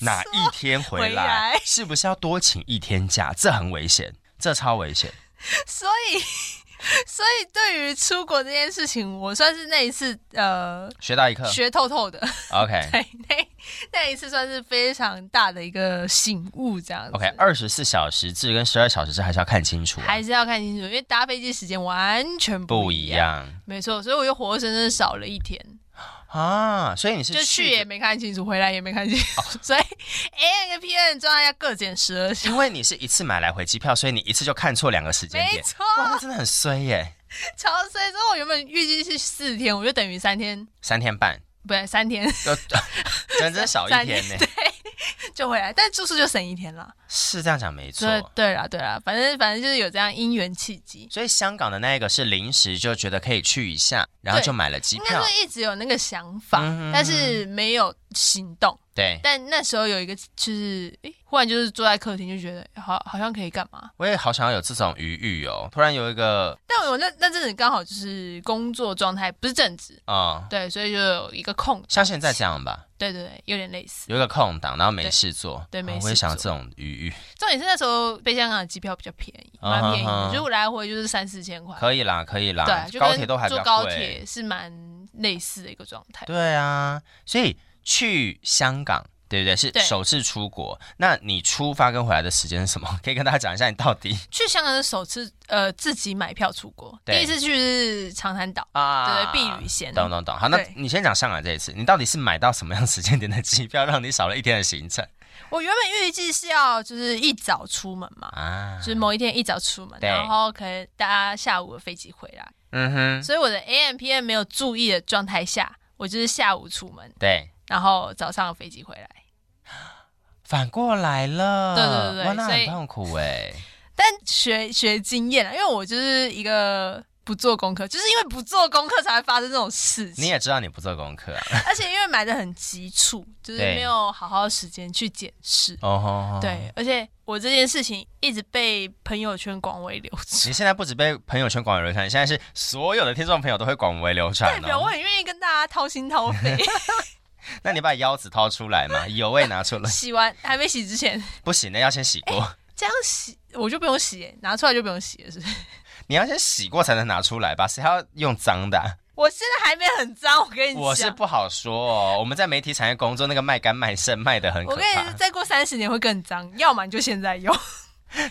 S1: 哪一天回
S2: 回
S1: 来，
S2: 来
S1: 是不是要多请一天假？这很危险，这超危险。
S2: 所以所以对于出国这件事情，我算是那一次呃
S1: 学到一课
S2: 学透透的，
S1: 嗯，OK
S2: 对，那那一次算是非常大的一个醒悟，这样子。
S1: OK，二十四小时制跟十二小时制还是要看清楚啊、
S2: 还是要看清楚，因为搭飞机时间完全
S1: 不
S2: 一
S1: 一。样
S2: 没错，所以我又活生生少了一天，
S1: 啊。所以你是
S2: 就去
S1: 的
S2: 也没看清楚，回来也没看清
S1: 哦
S2: 楚， 所以 A N 跟 P N 状态要各减十二 小时。
S1: 因为你是一次买来回机票，所以你一次就看错两个时间
S2: 没
S1: 点。
S2: 错，
S1: 哇，那真的很衰耶！
S2: 超所以说我原本预计是四天，我就等于三天，
S1: 三天半，
S2: 不对，三天
S1: 就 整整少一
S2: 三
S1: 天呢。
S2: 就回来，但住宿就省一天了。
S1: 是这样讲没
S2: 所以
S1: 错。
S2: 对啦对啦，反正反正就是有这样因缘契机，
S1: 所以香港的那一个是临时就觉得可以去一下，然后
S2: 对
S1: 就买了机
S2: 应该
S1: 票。
S2: 说一直有那个想法，
S1: 嗯
S2: 但是没有行动。
S1: 对，
S2: 但那时候有一个就是，诶，忽然就是坐在客厅就觉得好好像可以干嘛。
S1: 我也好想要有这种余裕哦。突然有一个，
S2: 但我那那阵子刚好就是工作状态不是正职，
S1: 嗯，
S2: 对，所以就有一个空，
S1: 像现在这样吧，
S2: 对对对，有点类似。
S1: 有一个空档，然后没
S2: 对
S1: 事做。
S2: 对没
S1: 哦我也
S2: 事
S1: 想要
S2: 做
S1: 这种余裕。
S2: 重点是那时候飞香港的机票比较便宜，蛮便
S1: 嗯
S2: 宜
S1: 哼
S2: 的，
S1: 哼
S2: 就来回就是三四千块，
S1: 可以啦，可以啦。
S2: 对，啊就
S1: 高铁都还
S2: 跟
S1: 比较
S2: 坐高
S1: 贵
S2: 铁是蛮类似的一个状态。
S1: 对啊，所以去香港，对不对？是
S2: 对
S1: 首次出国。那你出发跟回来的时间是什么？可 以跟大家讲一下，你到底
S2: 去香港是首次呃自己买票出国，第
S1: 对
S2: 一次去是长滩岛，
S1: 啊
S2: 对，避雨仙，
S1: 懂懂懂。好，那
S2: 对
S1: 你先讲香港这一次，你到底是买到什么样时间点的机票，让你少了一天的行程
S2: 我原本预计是要就是一早出门嘛，
S1: 啊
S2: 就？是某一天一早出门，
S1: 对
S2: 然后可能搭下午的飞机回来。
S1: 嗯哼，
S2: 所以我的 AM PM 没有注意的状态下，我就是下午出门，
S1: 对，
S2: 然后早上的飞机回来。
S1: 反过来了。
S2: 对对对
S1: 哇，那
S2: 所
S1: 很
S2: 以
S1: 痛苦哎。
S2: 但学学经验啊，因为我就是一个不做功课，就是因为不做功课才会发生这种事
S1: 你
S2: 情，
S1: 也知道你不做功 课啊。
S2: 而且因为买的很急促，就是
S1: 对
S2: 没有好好时间去检视。
S1: 哦吼吼，
S2: 对，而且我这件事情一直被朋友圈广为流传。
S1: 你现在不止被朋友圈广为流传，你现在是所有的听众朋友都会广为流传
S2: 代表我
S1: 哦。
S2: 很愿意跟大家掏心掏 肺，
S1: 那你把腰子掏出来 嘛，油味拿出来。
S2: 洗完还没洗之前，
S1: 不行的，要先洗 过。
S2: 这样洗我就不用洗耶，拿出来就不用洗了，是不是？
S1: 你要先洗过才能拿出来吧？谁还要用脏的啊、
S2: 我现在还没很脏，我跟你
S1: 我是
S2: 讲，
S1: 不好说哦。我们在媒体产业工作，那个卖干卖肾卖的很
S2: 我
S1: 可
S2: 跟你讲，
S1: 怕。
S2: 再过三十年会更脏，要么你就现在用，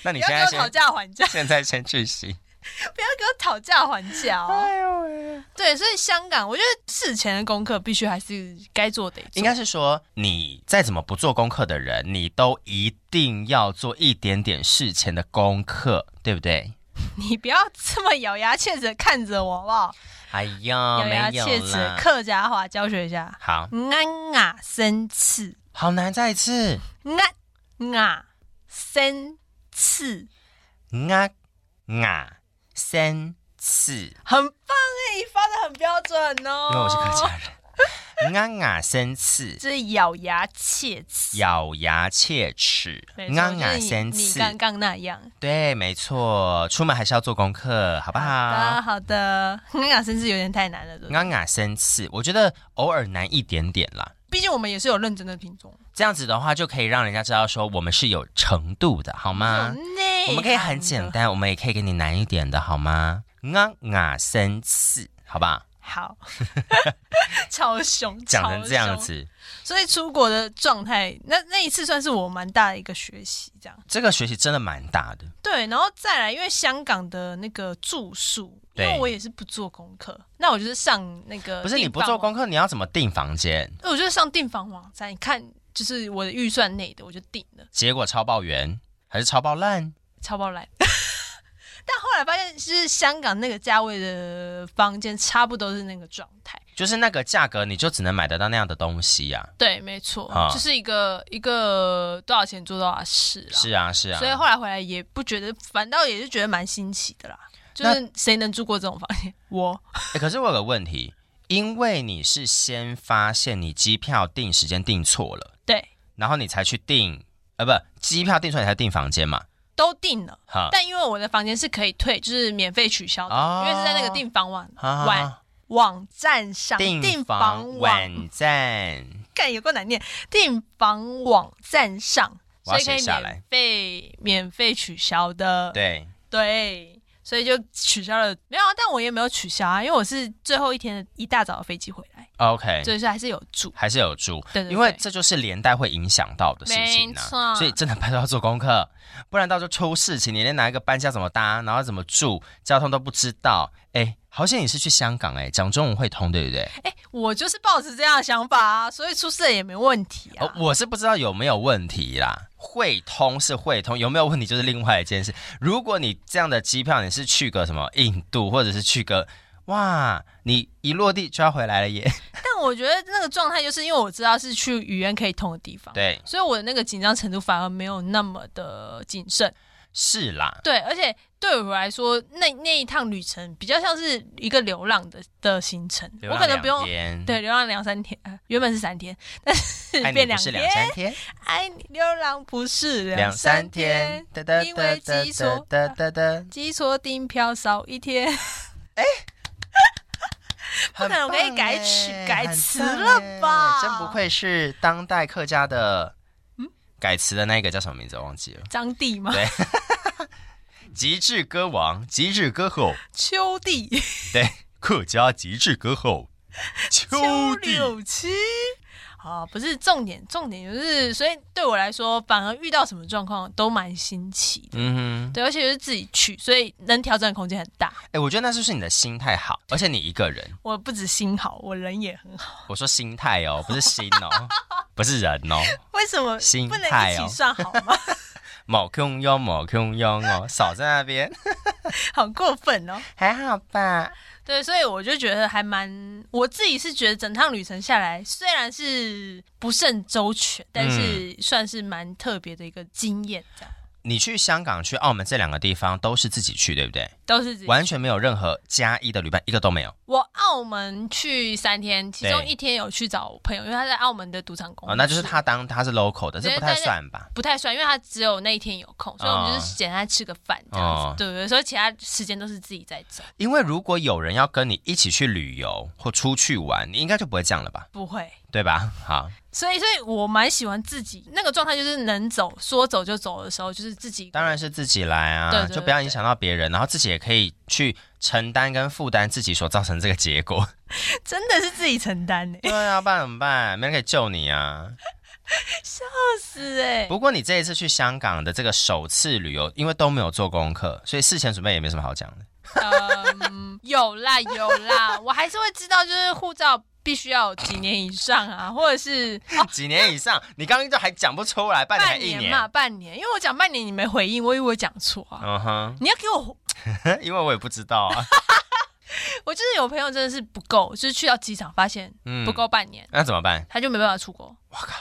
S1: 那你
S2: 不
S1: 现
S2: 要跟
S1: 在
S2: 我讨
S1: 先
S2: 价还价，
S1: 现在先去 洗。
S2: 不要跟我讨价还 价哦。
S1: 哎呦
S2: 对，所以香港，我觉得事前的功课必须还是该做得做
S1: 应该是说，你再怎么不做功课的人，你都一定要做一点点事前的功课，对不对？
S2: 你不要这么咬牙切齿地看着我好不好？
S1: 哎呀，
S2: 咬牙
S1: 没有
S2: 切齿地，
S1: 啦。
S2: 客家话教学一下，
S1: 好，
S2: 安啊生刺，
S1: 好难，再一次。
S2: 安啊生刺，
S1: 啊啊，三次。
S2: 很棒哎，你发的很标准哦。
S1: 因为我是客家人。 啊啊生刺，
S2: 就是咬牙切齿，
S1: 咬牙切齿，
S2: 没错
S1: 啊
S2: 就
S1: 啊
S2: 是你
S1: 生
S2: 你
S1: 刺。
S2: 刚刚那样，
S1: 对，没错，出门还是要做功课，好不好？
S2: 啊，
S1: 啊
S2: 好的，刚刚甚至有点太难了，对不对
S1: 啊生刺，我觉得偶尔难一点点啦。
S2: 毕竟我们也是有认真的听众，
S1: 这样子的话，就可以让人家知道说我们是有程度的，好吗？
S2: 我
S1: 我们可以很简。单，我们也可以给你难一点的，好吗？啊啊生刺，好吧？
S2: 好， 超凶，
S1: 讲成这样
S2: 超凶。
S1: 子，
S2: 所以出国的状态，那那一次算是我蛮大的一个学习，这样
S1: 这个学习真的蛮大的。
S2: 对。然后再来，因为香港的那个住宿，因
S1: 对
S2: 为我也是不做功课，那我就是上那个
S1: 不是你
S2: 订
S1: 不
S2: 房
S1: 做
S2: 网
S1: 功课，你要怎么订房间？
S2: 对我就是上订房网站，你看就是我的预算内的，我就订了，
S1: 结果超爆圆还是超爆烂？
S2: 超爆烂。 但后来发现，是香港那个价位的房间差不多是那个状态。
S1: 就是那个价格，你就只能买得到那样的东西呀、
S2: 对，没错，
S1: 啊
S2: 就是一个一个多少钱做多少事啦。
S1: 是啊，是啊。
S2: 所以后来回来也不觉得，反倒也是觉得蛮新奇的啦。就是谁能住过这种房间？我
S1: 欸可是我有个问题，因为你是先发现你机票订时间订错了，
S2: 对
S1: 然后你才去订，呃，不，机票订错你才订房间嘛？
S2: 都订了，
S1: 哈，
S2: 但因为我的房间是可以退，就是免费取消的，
S1: 哦
S2: 因为是在那个订房网
S1: 哈
S2: 晚
S1: 哈
S2: 网站上
S1: 啊订
S2: 房
S1: 房
S2: 网
S1: 网站，
S2: 干有够难念，订房网站上，
S1: 我要
S2: 所以
S1: 写
S2: 可以
S1: 下
S2: 免
S1: 来
S2: 费免费取消的，
S1: 对，
S2: 对，所以就取消了。没有啊，但我也没有取消啊，因为我是最后一天的一大早的飞机回来，
S1: OK，
S2: 所以说还是有住。
S1: 还是有住，
S2: 对对对
S1: 因为这就是连带会影响到的事情
S2: 没
S1: 啊。
S2: 错
S1: 所以真的拜托要做功课，不然到时候出事情，你连哪一个搬家怎么搭，然后怎么住，交通都不知道。哎，好险你是去香港哎，讲中文会通对不对？
S2: 哎、我就是抱持这样的想法啊，所以出事了也没问题啊。
S1: 哦，我是不知道有没有问题啦。汇通是汇通，有没有问题就是另外一件事。如果你这样的机票，你是去个什么印度，或者是去个哇，你一落地就要回来了 耶。
S2: 但我觉得那个状态就是因为我知道是去语言可以通的地方，
S1: 对，
S2: 所以我的那个紧张程度反而没有那么的谨慎。
S1: 是啦，
S2: 对，而且对我来说，那那一趟旅程比较像是一个流浪的的行程，
S1: 流
S2: 我
S1: 浪
S2: 可能不
S1: 两
S2: 用。
S1: 天
S2: 对，，流浪两三天、呃原本是三天，但
S1: 爱
S2: 是
S1: 哎你
S2: 变
S1: 不
S2: 两
S1: 是
S2: 天。
S1: 两三天。
S2: 爱哎你流浪不是
S1: 两
S2: 两
S1: 三
S2: 三
S1: 天哒
S2: 天，，
S1: 哒
S2: 因为
S1: 哒
S2: 基础
S1: 哒哒哒 哒，
S2: 记错订票少一天。
S1: 不
S2: 可能我可以改曲改词了吧嗯
S1: 真不愧是当代客家的，改词的那个叫什么名字？我忘记了。
S2: 张帝吗
S1: 对？极致歌王，极致歌后，
S2: 秋帝，
S1: 对，客家极致歌后，
S2: 秋
S1: 秋地。
S2: 柳七。啊，不是重点，重点就是，所以对我来说，反而遇到什么状况都蛮新奇的。
S1: 嗯哼，
S2: 对，而且就是自己去，所以能调整的空间很大。
S1: 哎，我觉得那就是你的心态好，而且你一个人。
S2: 我不止心好，我人也很好。
S1: 我说心态哦，不是心哦，不是人哦。
S2: 为什么
S1: 心
S2: 不能
S1: 态
S2: 一
S1: 哦
S2: 起算好吗？
S1: 某空庸，某空庸哦，少在那边，
S2: 好过分哦！
S1: 还好吧？
S2: 对，所以我就觉得还蛮，我自己是觉得整趟旅程下来，虽然是不甚周全，但
S1: 嗯
S2: 是算是蛮特别的一个经验，这样
S1: 你去香港、去澳门这两个地方都是自己去，对不对？
S2: 都是自己。
S1: 完全没有任何加一的旅伴，一个都没有。
S2: 我澳门去三天，其中一天有去找朋友，因为他在澳门的赌场工作，
S1: 哦，那就是他当他是 local 的，这
S2: 对
S1: 不太算吧？
S2: 不太算，因为他只有那一天有空，所以我们就是简单吃个饭这样子，
S1: 哦
S2: 对不对？所以其他时间都是自己在走，
S1: 因为如果有人要跟你一起去旅游或出去玩，你应该就不会这样了吧？
S2: 不会。
S1: 对吧？好，
S2: 所以，所以我蛮喜欢自己那个状态，就是能走说走就走的时候，就是自己。
S1: 当然是自己来啊，
S2: 对对对
S1: 就不要影响到别人，然后自己也可以去承担跟负担自己所造成这个结 果。
S2: 真的是自己承担欸呢、
S1: 对啊，不然怎么办？没人可以救你啊。
S2: 是哎、
S1: 不过你这一次去香港的这个首次旅游，因为都没有做功课，所以事前准备也没什么好讲的。
S2: 嗯，有啦有 啦，我还是会知道，就是护照必须要有几年以上啊，或者是哦
S1: 几年以上，你刚刚就还讲不出来，半年还
S2: 半
S1: 一
S2: 年嘛，半年，因为我讲半年你没回应，我以为我讲错啊。
S1: 嗯哼，
S2: 你要给我，
S1: 因为我也不知道 啊。
S2: 我就是有朋友真的是不够，就是去到机场发现
S1: 嗯
S2: 不够半年，
S1: 那怎么办？
S2: 他就没办法出国。
S1: 我靠，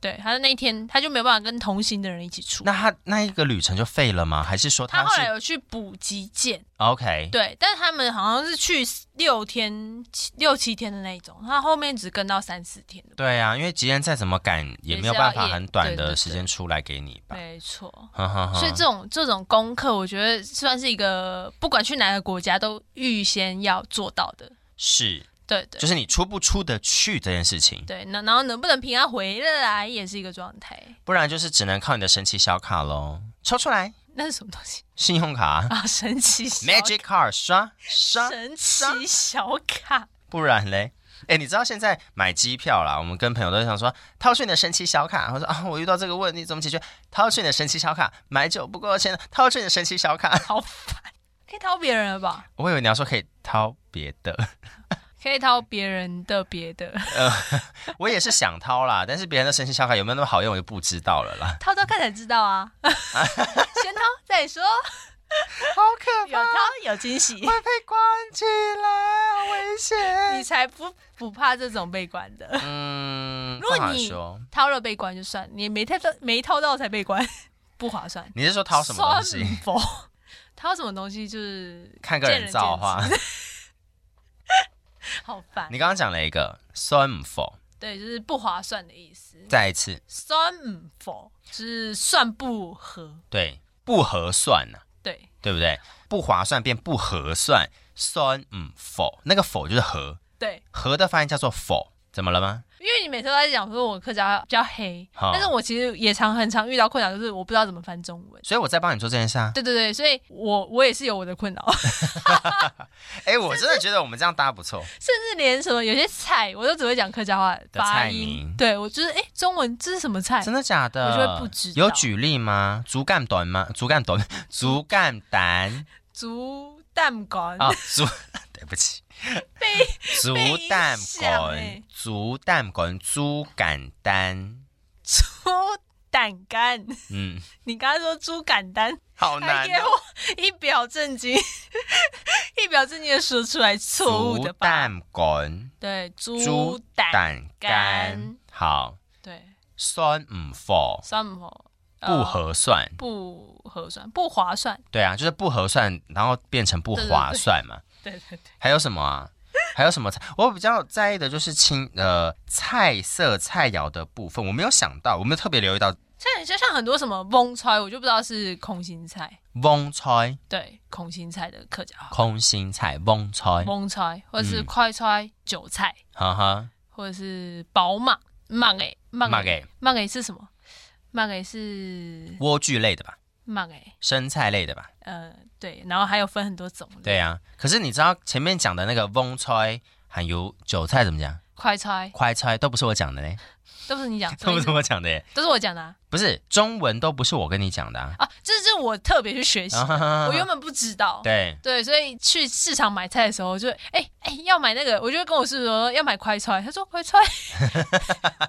S2: 对，他的那一天他就没有办法跟同行的人一起出。
S1: 那他那一个旅程就废了吗？还是说
S2: 他后来
S1: 是
S2: 有去补击剑，
S1: OK？
S2: 对，但是他们好像是去六天、七六七天的那一种，他后面只跟到三四天的。
S1: 对啊，因为吉恩再怎么赶，也没有办法很短的时间出来给你吧。
S2: 没错，
S1: 哼哼
S2: 所以
S1: 哼，
S2: 这种这种功课，我觉得算是一个不管去哪个国家都预先要做到的。
S1: 是
S2: 对对
S1: 就是你出不出得去这件事情，
S2: 对，那然后能不能平安回来也是一个状态。
S1: 不然就是只能靠你的神奇小卡喽，抽出来
S2: 那是什么东西
S1: 信用 卡、
S2: 啊？神奇小
S1: Magic Card 刷刷，
S2: 神奇小卡，
S1: 不然嘞。哎，你知道现在买机票啦，我们跟朋友都想说掏出你的神奇小卡，我说啊，我遇到这个问题怎么解决？掏出你的神奇小卡，买酒不够钱，掏出你的神奇小卡。
S2: 好烦！可以掏别人了吧？
S1: 我以为你要说可以掏别的，
S2: 可以掏别人的别的，
S1: 我也是想掏啦，但是别人的神奇小卡有没有那么好用，我就不知道了啦。
S2: 掏掏看才知道啊。先掏再说，
S1: 好可
S2: 有掏有惊喜，
S1: 被关起来，好危
S2: 你
S1: 险。
S2: 才不不怕这种被关的。
S1: 嗯，
S2: 如果
S1: 不好
S2: 你
S1: 说，
S2: 掏了被关就算，你没掏到没掏到才被关，不划算。
S1: 你是说 掏什么东西？
S2: 算不？掏什么东西就是
S1: 看个人造化。
S2: 好烦。
S1: 你刚刚讲了一个算否，
S2: 对，就是不划算的意思。
S1: 再一次，
S2: 算否就是算不合，
S1: 对，不合算呐、
S2: 对
S1: 对不对？不划算变不合算，算嗯否，那个否就是合，
S2: 对
S1: 合的发音叫做否，怎么了吗？
S2: 因为你每次都在讲说我客家比较黑，
S1: 好
S2: 但是我其实也常很常遇到困扰，就是我不知道怎么翻中文。
S1: 所以我在帮你做这件事啊。
S2: 对对对，所以我我也是有我的困扰，
S1: 哎、我真的觉得我们这样搭不错。
S2: 甚至连什么有些菜我都只会讲客家话
S1: 的
S2: 发
S1: 菜
S2: 音
S1: 名，
S2: 对我就是哎，中文这是什么菜？
S1: 真的假的？
S2: 哎我就会不知道
S1: 有举例吗？竹竿短吗？竹竿短， 竹竿蛋
S2: 竹蛋干，
S1: 啊，竹， 对不起，
S2: 被
S1: 竹
S2: 被影
S1: 蛋
S2: 响
S1: 滚
S2: 欸，
S1: 竹蛋滚，猪肝丹，
S2: 猪胆干。
S1: 嗯，
S2: 你刚刚说猪肝丹，
S1: 好
S2: 还
S1: 难
S2: 给
S1: 哦。
S2: 我一表正经， 一表正经的说出来错误
S1: 竹
S2: 的吧？
S1: 蛋滚，
S2: 对，猪
S1: 猪
S2: 胆
S1: 蛋
S2: 干
S1: 干，好，
S2: 对，
S1: 酸唔否？
S2: 什么
S1: 不合算，
S2: 呃不合算，不划算。
S1: 对啊，就是不合算，然后变成不
S2: 对对
S1: 划
S2: 对
S1: 算嘛。
S2: 对对对，
S1: 还有什么啊？还有什么菜？我比较在意的就是青呃菜色菜肴的部分，我没有想到，我没有特别留意到
S2: 像就像很多什么翁菜，我就不知道是空心菜，
S1: 翁菜、
S2: 对，空心菜的客家话，
S1: 空心菜、翁菜，
S2: 翁菜或者是
S1: 嗯
S2: 快菜、韭菜，
S1: 哈哈，
S2: 或者是宝马马诶马
S1: 那
S2: 诶
S1: 给
S2: 马诶是什么？马诶是
S1: 莴苣类的吧，
S2: 马诶，
S1: 生菜类的吧，
S2: 呃，对，然后还有分很多种，
S1: 对，啊。可是你知道前面讲的那个翁菜，还有韭菜怎么讲？
S2: 快猜
S1: 快菜都不是我讲的 嘞，
S2: 都不是你讲，什
S1: 都
S2: 么
S1: 不
S2: 意
S1: 是
S2: 思
S1: 我讲的耶，
S2: 都是我讲的啊，
S1: 不是中文都不是我跟你讲的啊。
S2: 啊这是我特别去学习，我原本不知道。
S1: 对，
S2: 对，所以去市场买菜的时候就，哎哎要买那个，我就跟我师傅说要买快菜，他说 快菜，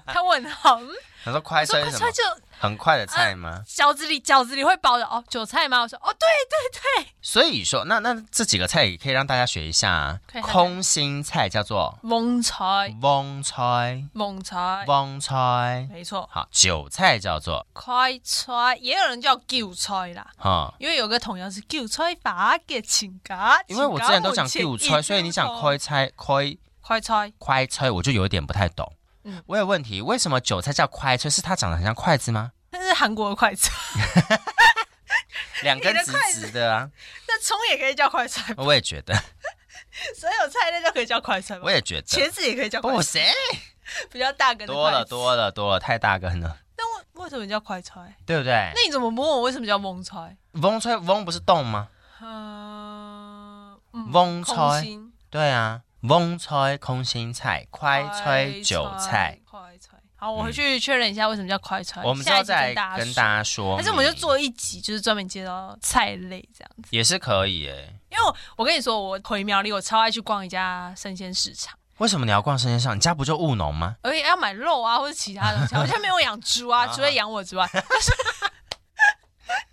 S2: 他问好，嗯，
S1: 他说快
S2: 我说
S1: 菜
S2: 快
S1: 是什么
S2: 菜？呃就
S1: 很快的菜吗？
S2: 饺子里饺子里会包的哦，韭菜吗？我说哦对，
S1: 所以说，那那这几个菜也可以让大家学一下啊
S2: 可以。哎看看
S1: 空心菜叫做
S2: 翁菜
S1: 翁菜，
S2: 翁菜，
S1: 翁菜。
S2: 没错，
S1: 好，韭菜叫做
S2: 快菜也有人叫韭菜啦，
S1: 哈、
S2: 因为有个同样是韭菜法嘅情感，
S1: 因为我之前都讲韭菜，所以你讲
S2: 快
S1: 快菜、快
S2: 快菜，
S1: 快菜，我就有一点不太懂。
S2: 嗯
S1: 我有问题，为什么韭菜叫快菜？是它长得很像筷子 吗？
S2: 那是韩国的快菜，
S1: 两根
S2: 你的
S1: 直
S2: 筷子
S1: 直的啊！
S2: 那葱也可以叫快菜，
S1: 我也觉得，
S2: 所有菜类都可以叫快菜吧
S1: 我。也觉得，
S2: 茄子也可以叫快
S1: 不
S2: 菜，
S1: 行，
S2: 比较大根的
S1: 多了
S2: 筷子。
S1: 多了多了，太大根了，
S2: 那为为什么叫快菜？
S1: 对不对
S2: 那？你怎么问我为什么叫翁菜？
S1: 翁菜翁不是动吗？
S2: 嗯，嗯
S1: 翁
S2: 空
S1: 菜。
S2: 心
S1: 对啊，翁菜、空心菜、快菜、韭菜，，嗯
S2: 快菜。好，我回去确认一下为什么叫快菜。
S1: 我们之
S2: 下
S1: 后
S2: 一集
S1: 再
S2: 家
S1: 跟
S2: 说
S1: 大家说明。嗯
S2: 但是我们就做一集，就是专门介绍菜类这样子。
S1: 也是可以诶。
S2: 因为我我跟你说，我回苗栗，我超爱去逛一家生鲜市场，
S1: 为什么你要逛生鲜市场？你家不就务农吗？
S2: 而且要买肉啊或者其他东西。我现在没有养猪啊，除了养我之外，但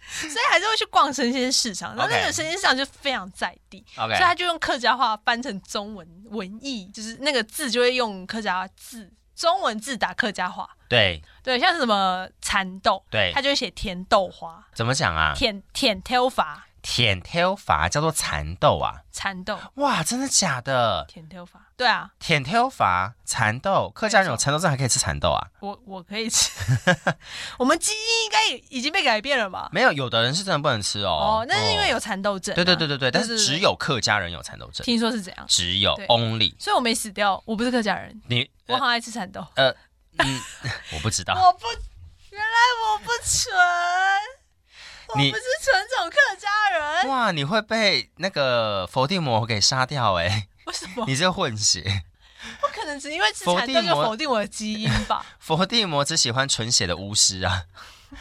S2: 是所以还是会去逛生鲜市场。然后那个
S1: OK
S2: 生鲜市场就非常在地
S1: OK
S2: 所以他就用客家话翻成中文文艺，就是那个字就会用客家字中文字打客家话。
S1: 对，
S2: 对，像是什么蚕豆，
S1: 对
S2: 他就会写甜豆花、
S1: 怎么讲啊？
S2: 甜甜挑法、
S1: 舔挑法叫做蚕豆啊！
S2: 蚕豆、
S1: 哇，真的假的？
S2: 甜挑法。对啊，
S1: 舔挑法、蚕豆，客家人有蚕豆症还可以吃蚕豆啊？
S2: 我我可以 吃。我们基因应该已经被改变了吧？
S1: 没有，有的人是真的不能吃哦。
S2: 哦，那是因为
S1: 有、
S2: 有蚕豆症啊、
S1: 对对对对对，但
S2: 对
S1: 是
S2: 对对
S1: 只有客家人有蚕豆症，
S2: 听说是这样，
S1: 只有
S2: 对
S1: only
S2: 所以我没死掉。我不是客家人，
S1: 你。
S2: 我很爱吃蚕豆。
S1: 呃，嗯，我不知道。
S2: 我不，原来我不纯，我
S1: 你
S2: 不是纯种客家人。
S1: 哇，你会被那个伏地魔给杀掉哎、
S2: 为什么？
S1: 你这混血！
S2: 不可能只因为吃
S1: 否
S2: 蚕豆
S1: 定
S2: 就
S1: 我
S2: 否定我的基因吧？
S1: 伏地魔只喜欢纯血的巫师啊，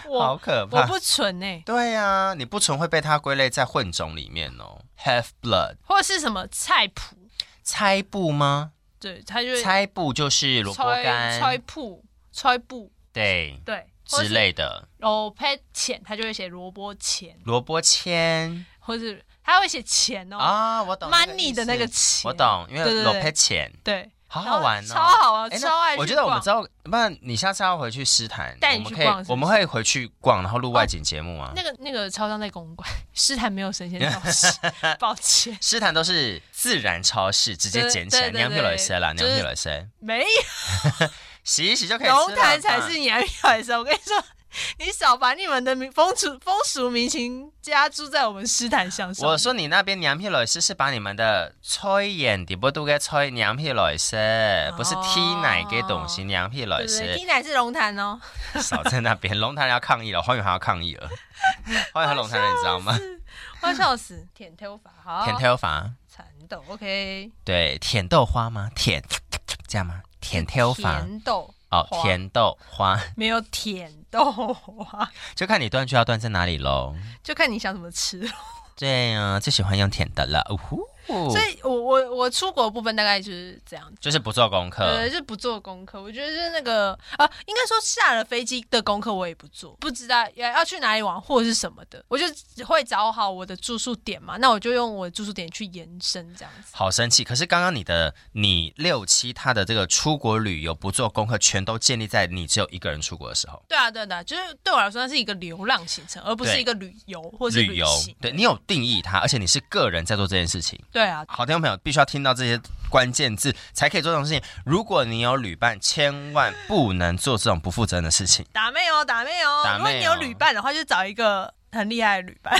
S1: 好
S2: 我
S1: 可
S2: 我
S1: 怕！
S2: 不纯哎、
S1: 对啊，你不纯会被他归类在混种里面哦，half blood。
S2: 或者是什么菜谱？
S1: 猜布吗？
S2: 对，他就是
S1: 猜布就是萝卜
S2: 菜菜
S1: 干，
S2: 谱、菜布
S1: 对
S2: 对
S1: 之。类的，
S2: 哦，配钱，他就会写萝卜钱，
S1: 萝卜签
S2: 或是他会写钱哦、
S1: 啊，我懂
S2: m o n e y 的那个
S1: 意思
S2: 钱，
S1: 我。懂，因
S2: 对对
S1: 为
S2: 对
S1: 萝卜钱
S2: 对，
S1: 好好玩哦，
S2: 超好玩，
S1: 哎那
S2: 超爱去逛。
S1: 我觉得我们之后，不然你下次要回去诗坛，
S2: 带
S1: 我
S2: 你
S1: 们
S2: 去
S1: 可以
S2: 逛是哦不是
S1: 我们会回去逛，然后录外景节目啊。
S2: 那个那个超商在公馆， 诗坛没 有生鲜超市，抱歉，
S1: 诗坛都是自然超市，直接捡起来，
S2: 对对对
S1: 娘屁老师啦，
S2: 就
S1: 娘
S2: 是
S1: 屁老师，
S2: 没
S1: 洗一洗就可以
S2: 有
S1: 吃
S2: 龙
S1: 了嘛。
S2: 潭才是你还没有的时候。我跟你说，你少把你们的民风俗风俗民情加注在我们斯坦乡上。
S1: 我说你那边娘屁老师是把你们的吹眼底部都给吹娘屁老师，不是踢奶给东西娘屁老
S2: 哦对对对，
S1: 师，
S2: 听奶是龙潭 哦，
S1: 少在那边。龙潭要抗议了，黄远还要抗议了，黄远和龙潭人你知道吗？
S2: 我要笑死，舔头发，好，哦
S1: 舔头发，
S2: 蚕豆，OK，
S1: 对，舔豆花吗？舔这样吗？舔头发
S2: 甜豆
S1: 哦，
S2: 花
S1: 甜豆花，
S2: 没有舔豆花，
S1: 就看你断句要断在哪里喽。
S2: 就看你想怎么吃。
S1: 对啊，最喜欢用舔的了，呜呼，
S2: 所以我我我出国的部分大概就是这样子。
S1: 就是不做功
S2: 对，
S1: 课，
S2: 就不做功课。我觉得就是那个啊，应该说下了飞机的功课我也不做，不知道要要去哪里玩或者是什么的，我就只会找好我的住宿点嘛。那我就用我的住宿点去延伸这样子。
S1: 好生气。可是刚刚你的你六七他的这个出国旅游不做功课，全都建立在你只有一个人出国的时候。
S2: 对啊，对啊对啊，就是对我来说，那是一个流浪行程，而不是
S1: 对
S2: 一个旅游或是
S1: 旅游
S2: 行。，
S1: 对你有定义它，而且你是个人在做这件事情。
S2: 对啊，
S1: 好，听众朋友必须要听到这些关键字才可以做这种事情。如果你有旅伴，千万不能做这种不负责任的事情。
S2: 打妹哦，打妹哦。
S1: 打妹哦
S2: 如果你有旅伴的话，就找一个很厉害的旅伴，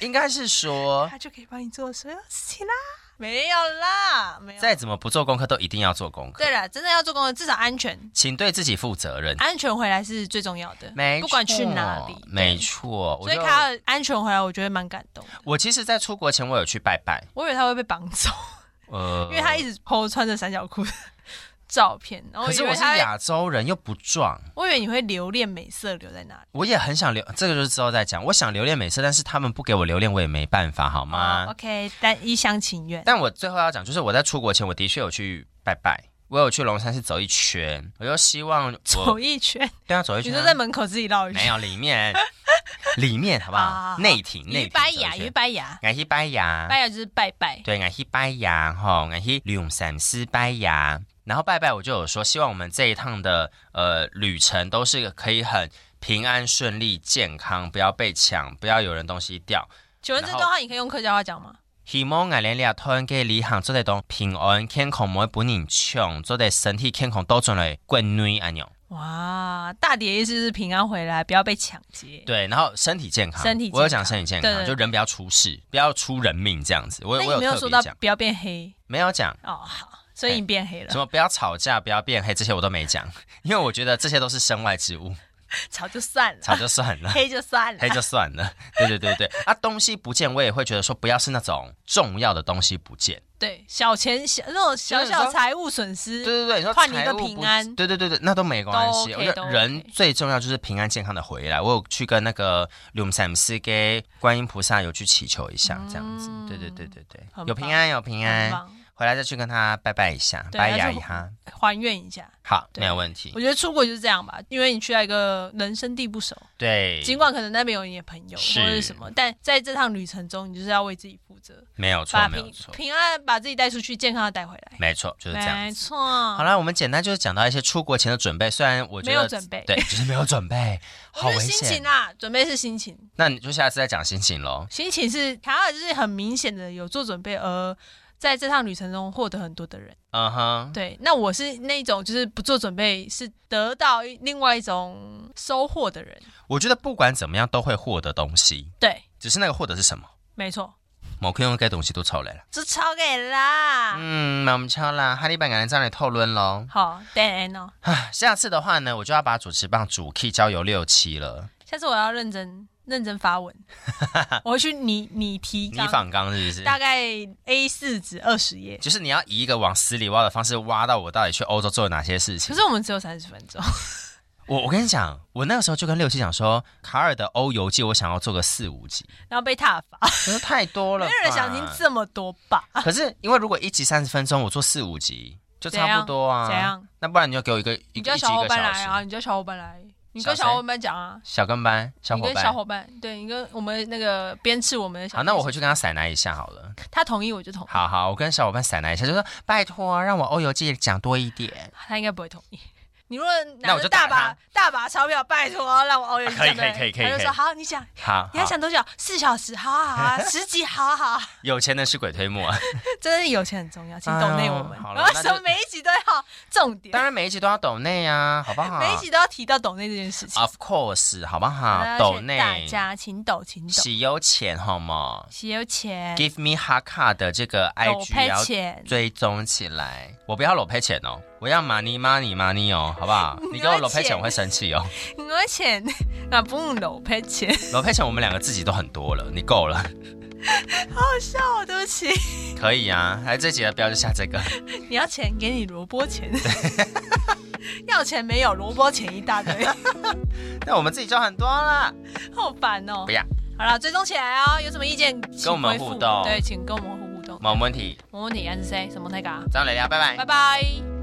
S1: 应该是说，
S2: 他就可以帮你做所有事情啦。没有啦，没有。
S1: 再怎么不做功课，都一定要做功课
S2: 对，了，真的要做功课，至少安全，
S1: 请对自己负责任。
S2: 安全回来是最重要的。
S1: 没错，
S2: 不管去哪里，
S1: 没错。
S2: 所以
S1: 我就
S2: 他安全回来，我觉得蛮感动的。
S1: 我其实，在出国前我有去拜拜，
S2: 我以为他会被绑走，
S1: 呃，
S2: 因为他一直 PO 穿着三角裤的照片，然
S1: 可
S2: 后我
S1: 是
S2: 以
S1: 我
S2: 为
S1: 是
S2: 他会，
S1: 亚洲人，又不壮，
S2: 我以为你会留恋美色留在哪里
S1: 我也很想留，这个就是之后再讲。我想留恋美色，但是他们不给我留恋，我也没办法，好吗？
S2: 哦？OK，但一厢情愿。
S1: 但我最后要讲，就是我在出国前，我的确有去拜拜，我有去龙山寺走一圈，我就希望
S2: 走
S1: 我
S2: 一圈，
S1: 对啊走一
S2: 你
S1: 圈
S2: 说
S1: 啊、
S2: 在门口自己绕一
S1: 没
S2: 圈，
S1: 有里 面里面好不
S2: 好好
S1: 好
S2: 好？
S1: 内廷内廷
S2: 鱼啊拜
S1: 走一
S2: 牙，
S1: 圈啊
S2: 鱼拜牙，
S1: 俺去拜呀，
S2: 拜牙就是拜拜。
S1: 对，俺去拜呀，吼，俺去龙山寺拜呀。然后拜拜，我就有说，希望我们这一趟的呃旅程都是可以很平安顺利、健康，不要被抢，不要有人东西掉。
S2: 请问这
S1: 然后
S2: 段话你可以用客家话讲吗？
S1: 希望俺连俩团给旅行做得当平安健康，每本人强，做得身体健康，多转来滚女安样。
S2: 哇，大碟意思是平安回来，不要被抢劫。
S1: 对，然后身体健康，
S2: 身体健康
S1: 我有讲身体健康，
S2: 对对对
S1: 就人不要出事，不要出人命这样子。我
S2: 那
S1: 我
S2: 你
S1: 有
S2: 没有
S1: 特
S2: 说
S1: 别
S2: 到
S1: 讲，
S2: 不要变黑
S1: 没有讲
S2: 哦，好，所以你变黑
S1: 什
S2: 了，
S1: 么不要吵架，不要变黑，这些我都没讲，因为我觉得这些都是身外之物，
S2: 吵就算
S1: 吵
S2: 了，
S1: 就算了。
S2: 黑就算了
S1: 黑。就算了，对对对对啊，东西不见我也会觉得说不要是那种重要的东西不见，
S2: 对，小钱小那种小
S1: 就是
S2: 小
S1: 说
S2: 财务损
S1: 对
S2: 失，
S1: 对对，你说
S2: 换你一
S1: 财
S2: 个
S1: 务不
S2: 平安
S1: 对对对对，那都没关系。
S2: 都
S1: 我
S2: OK，
S1: 觉
S2: 都
S1: 得
S2: OK
S1: 人最重要就是平安健康的回来。我有去跟那个龙
S2: 嗯
S1: 山寺给观音菩萨有去祈求一下，这样子。对对对对对，
S2: 很
S1: 有平安有平
S2: 很
S1: 安，
S2: 棒，
S1: 回来再去跟他拜拜一下，
S2: 对
S1: 拜
S2: 那
S1: 哎呀
S2: 就
S1: 一哈。
S2: 还愿一下。
S1: 好，
S2: 对
S1: 没有问题
S2: 我。觉得出国就是这样吧，因为你去到一个人生地不熟，
S1: 对，
S2: 尽管可能那边有你的朋友
S1: 是
S2: 或者是什么，但在这趟旅程中，你就是要为自己负责，
S1: 没有错
S2: 把，
S1: 没有
S2: 平
S1: 错，
S2: 平安把自己带出去，健康的带回来。
S1: 没错，就是这样
S2: 没
S1: 子。
S2: 错，
S1: 好啦，我们简单就是讲到一些出国前的准备，虽然我觉
S2: 没
S1: 得
S2: 有准备，
S1: 对，就是没有准备，
S2: 我
S1: 好
S2: 觉得
S1: 危
S2: 心
S1: 险
S2: 情。啊，准备是心情，
S1: 那你就下次再讲心情喽。
S2: 心情是卡尔就是很明显的有做准备，而在这趟旅程中获得很多的人。
S1: 嗯哼，
S2: 对，那我是那种就是不做准备，是得到一另外一种收获的人。
S1: 我觉得不管怎么样都会获得东西，
S2: 对，
S1: 只是那个获得是什么。
S2: 没错，
S1: 某个用该东西都抽来了。
S2: 这超给啦。
S1: 嗯，那我们敲啦，哈利班感人这样来讨论喽。
S2: 好，Dan 哦，
S1: 啊下次的话呢，我就要把主持棒主 key 交由六七了。
S2: 下次我要认真认真发 文，我会去拟拟提
S1: 你
S2: 纲，
S1: 仿刚是不是？
S2: 大概 A 四纸二十页。
S1: 就是你要以一个往死里挖的方式挖到我到底去欧洲做了哪些事
S2: 可
S1: 情。
S2: 是我们只有三十分钟，
S1: 我我跟你讲，我那个时候就跟六七讲说，卡尔的欧游记我想要做个四五集，
S2: 然后被踏伐，
S1: 可是太多
S2: 没
S1: 了，
S2: 有人想听。这么多吧？
S1: 可是因为如果一集三十分钟，我做四五集就差不多啊。
S2: 怎？样？
S1: 那不然你就给我一个一
S2: 你
S1: 个
S2: 叫
S1: 一集
S2: 小
S1: 一
S2: 伙
S1: 个
S2: 伴
S1: 小
S2: 来啊，
S1: 时。
S2: 你叫小伙伴来，你
S1: 小
S2: 跟
S1: 谁
S2: 小伙伴讲啊，
S1: 小跟班，小
S2: 你
S1: 伙
S2: 跟
S1: 伴，
S2: 小伙伴，对你跟我们那个鞭笞我们的小
S1: 好，那我
S2: 会
S1: 回去跟他塞奶一下好了。
S2: 他同意我就同意。
S1: 好好，我跟小伙伴塞奶一下，就说拜托让我欧游记讲多一点。
S2: 他应该不会同意。 你如果
S1: 那
S2: 拿
S1: 我
S2: 着
S1: 就
S2: 大
S1: 打啊
S2: 把大把钞票，拜托让我熬夜去
S1: 可以
S2: 讲对
S1: 可以可以
S2: 他就
S1: 可以
S2: 说好，你讲，
S1: 好，
S2: 你要
S1: 好
S2: 想多久？四小时，好啊 好啊，十集，好啊好啊，
S1: 有钱人是鬼推 磨，
S2: 真的有钱很重要，请懂内我们
S1: 哎呦，好了
S2: 然后
S1: 那
S2: 什
S1: 就
S2: 么每一集都要重点
S1: 当，然每一集都要抖内啊，好不好？
S2: 每一集都要提到懂内这件事情。
S1: Of course，好不
S2: 好
S1: 好？
S2: 的
S1: 啊抖
S2: 请大
S1: 内
S2: 家请抖，请抖，
S1: 喜有钱好吗
S2: 洗有钱，
S1: ？Give me 哈卡的这个
S2: 抖
S1: 啊 IG 也
S2: 配
S1: 要
S2: 钱，
S1: 追踪起来，我不要裸配钱哦，我要 money money money 哦，好不 好？你给我裸配钱我会生气哦，
S2: 我钱， 那不用抖配钱，
S1: 裸配钱我们两个自己都很多了，你够了，
S2: 笑，对不起，
S1: 可以啊。来这集的标就下这个，
S2: 你要钱给你萝卜钱， 要钱没有，萝卜钱一大堆，
S1: 那我们自己就很多了，
S2: 好烦哦
S1: 不。要，
S2: 好了，追踪起来哦，有什么意见请
S1: 跟我们
S2: 回复
S1: 互动
S2: 对，请跟我们互动。
S1: 没问题。
S2: 没问题，安是谁？什么那个啊？
S1: 张磊聊，拜拜
S2: 拜。拜。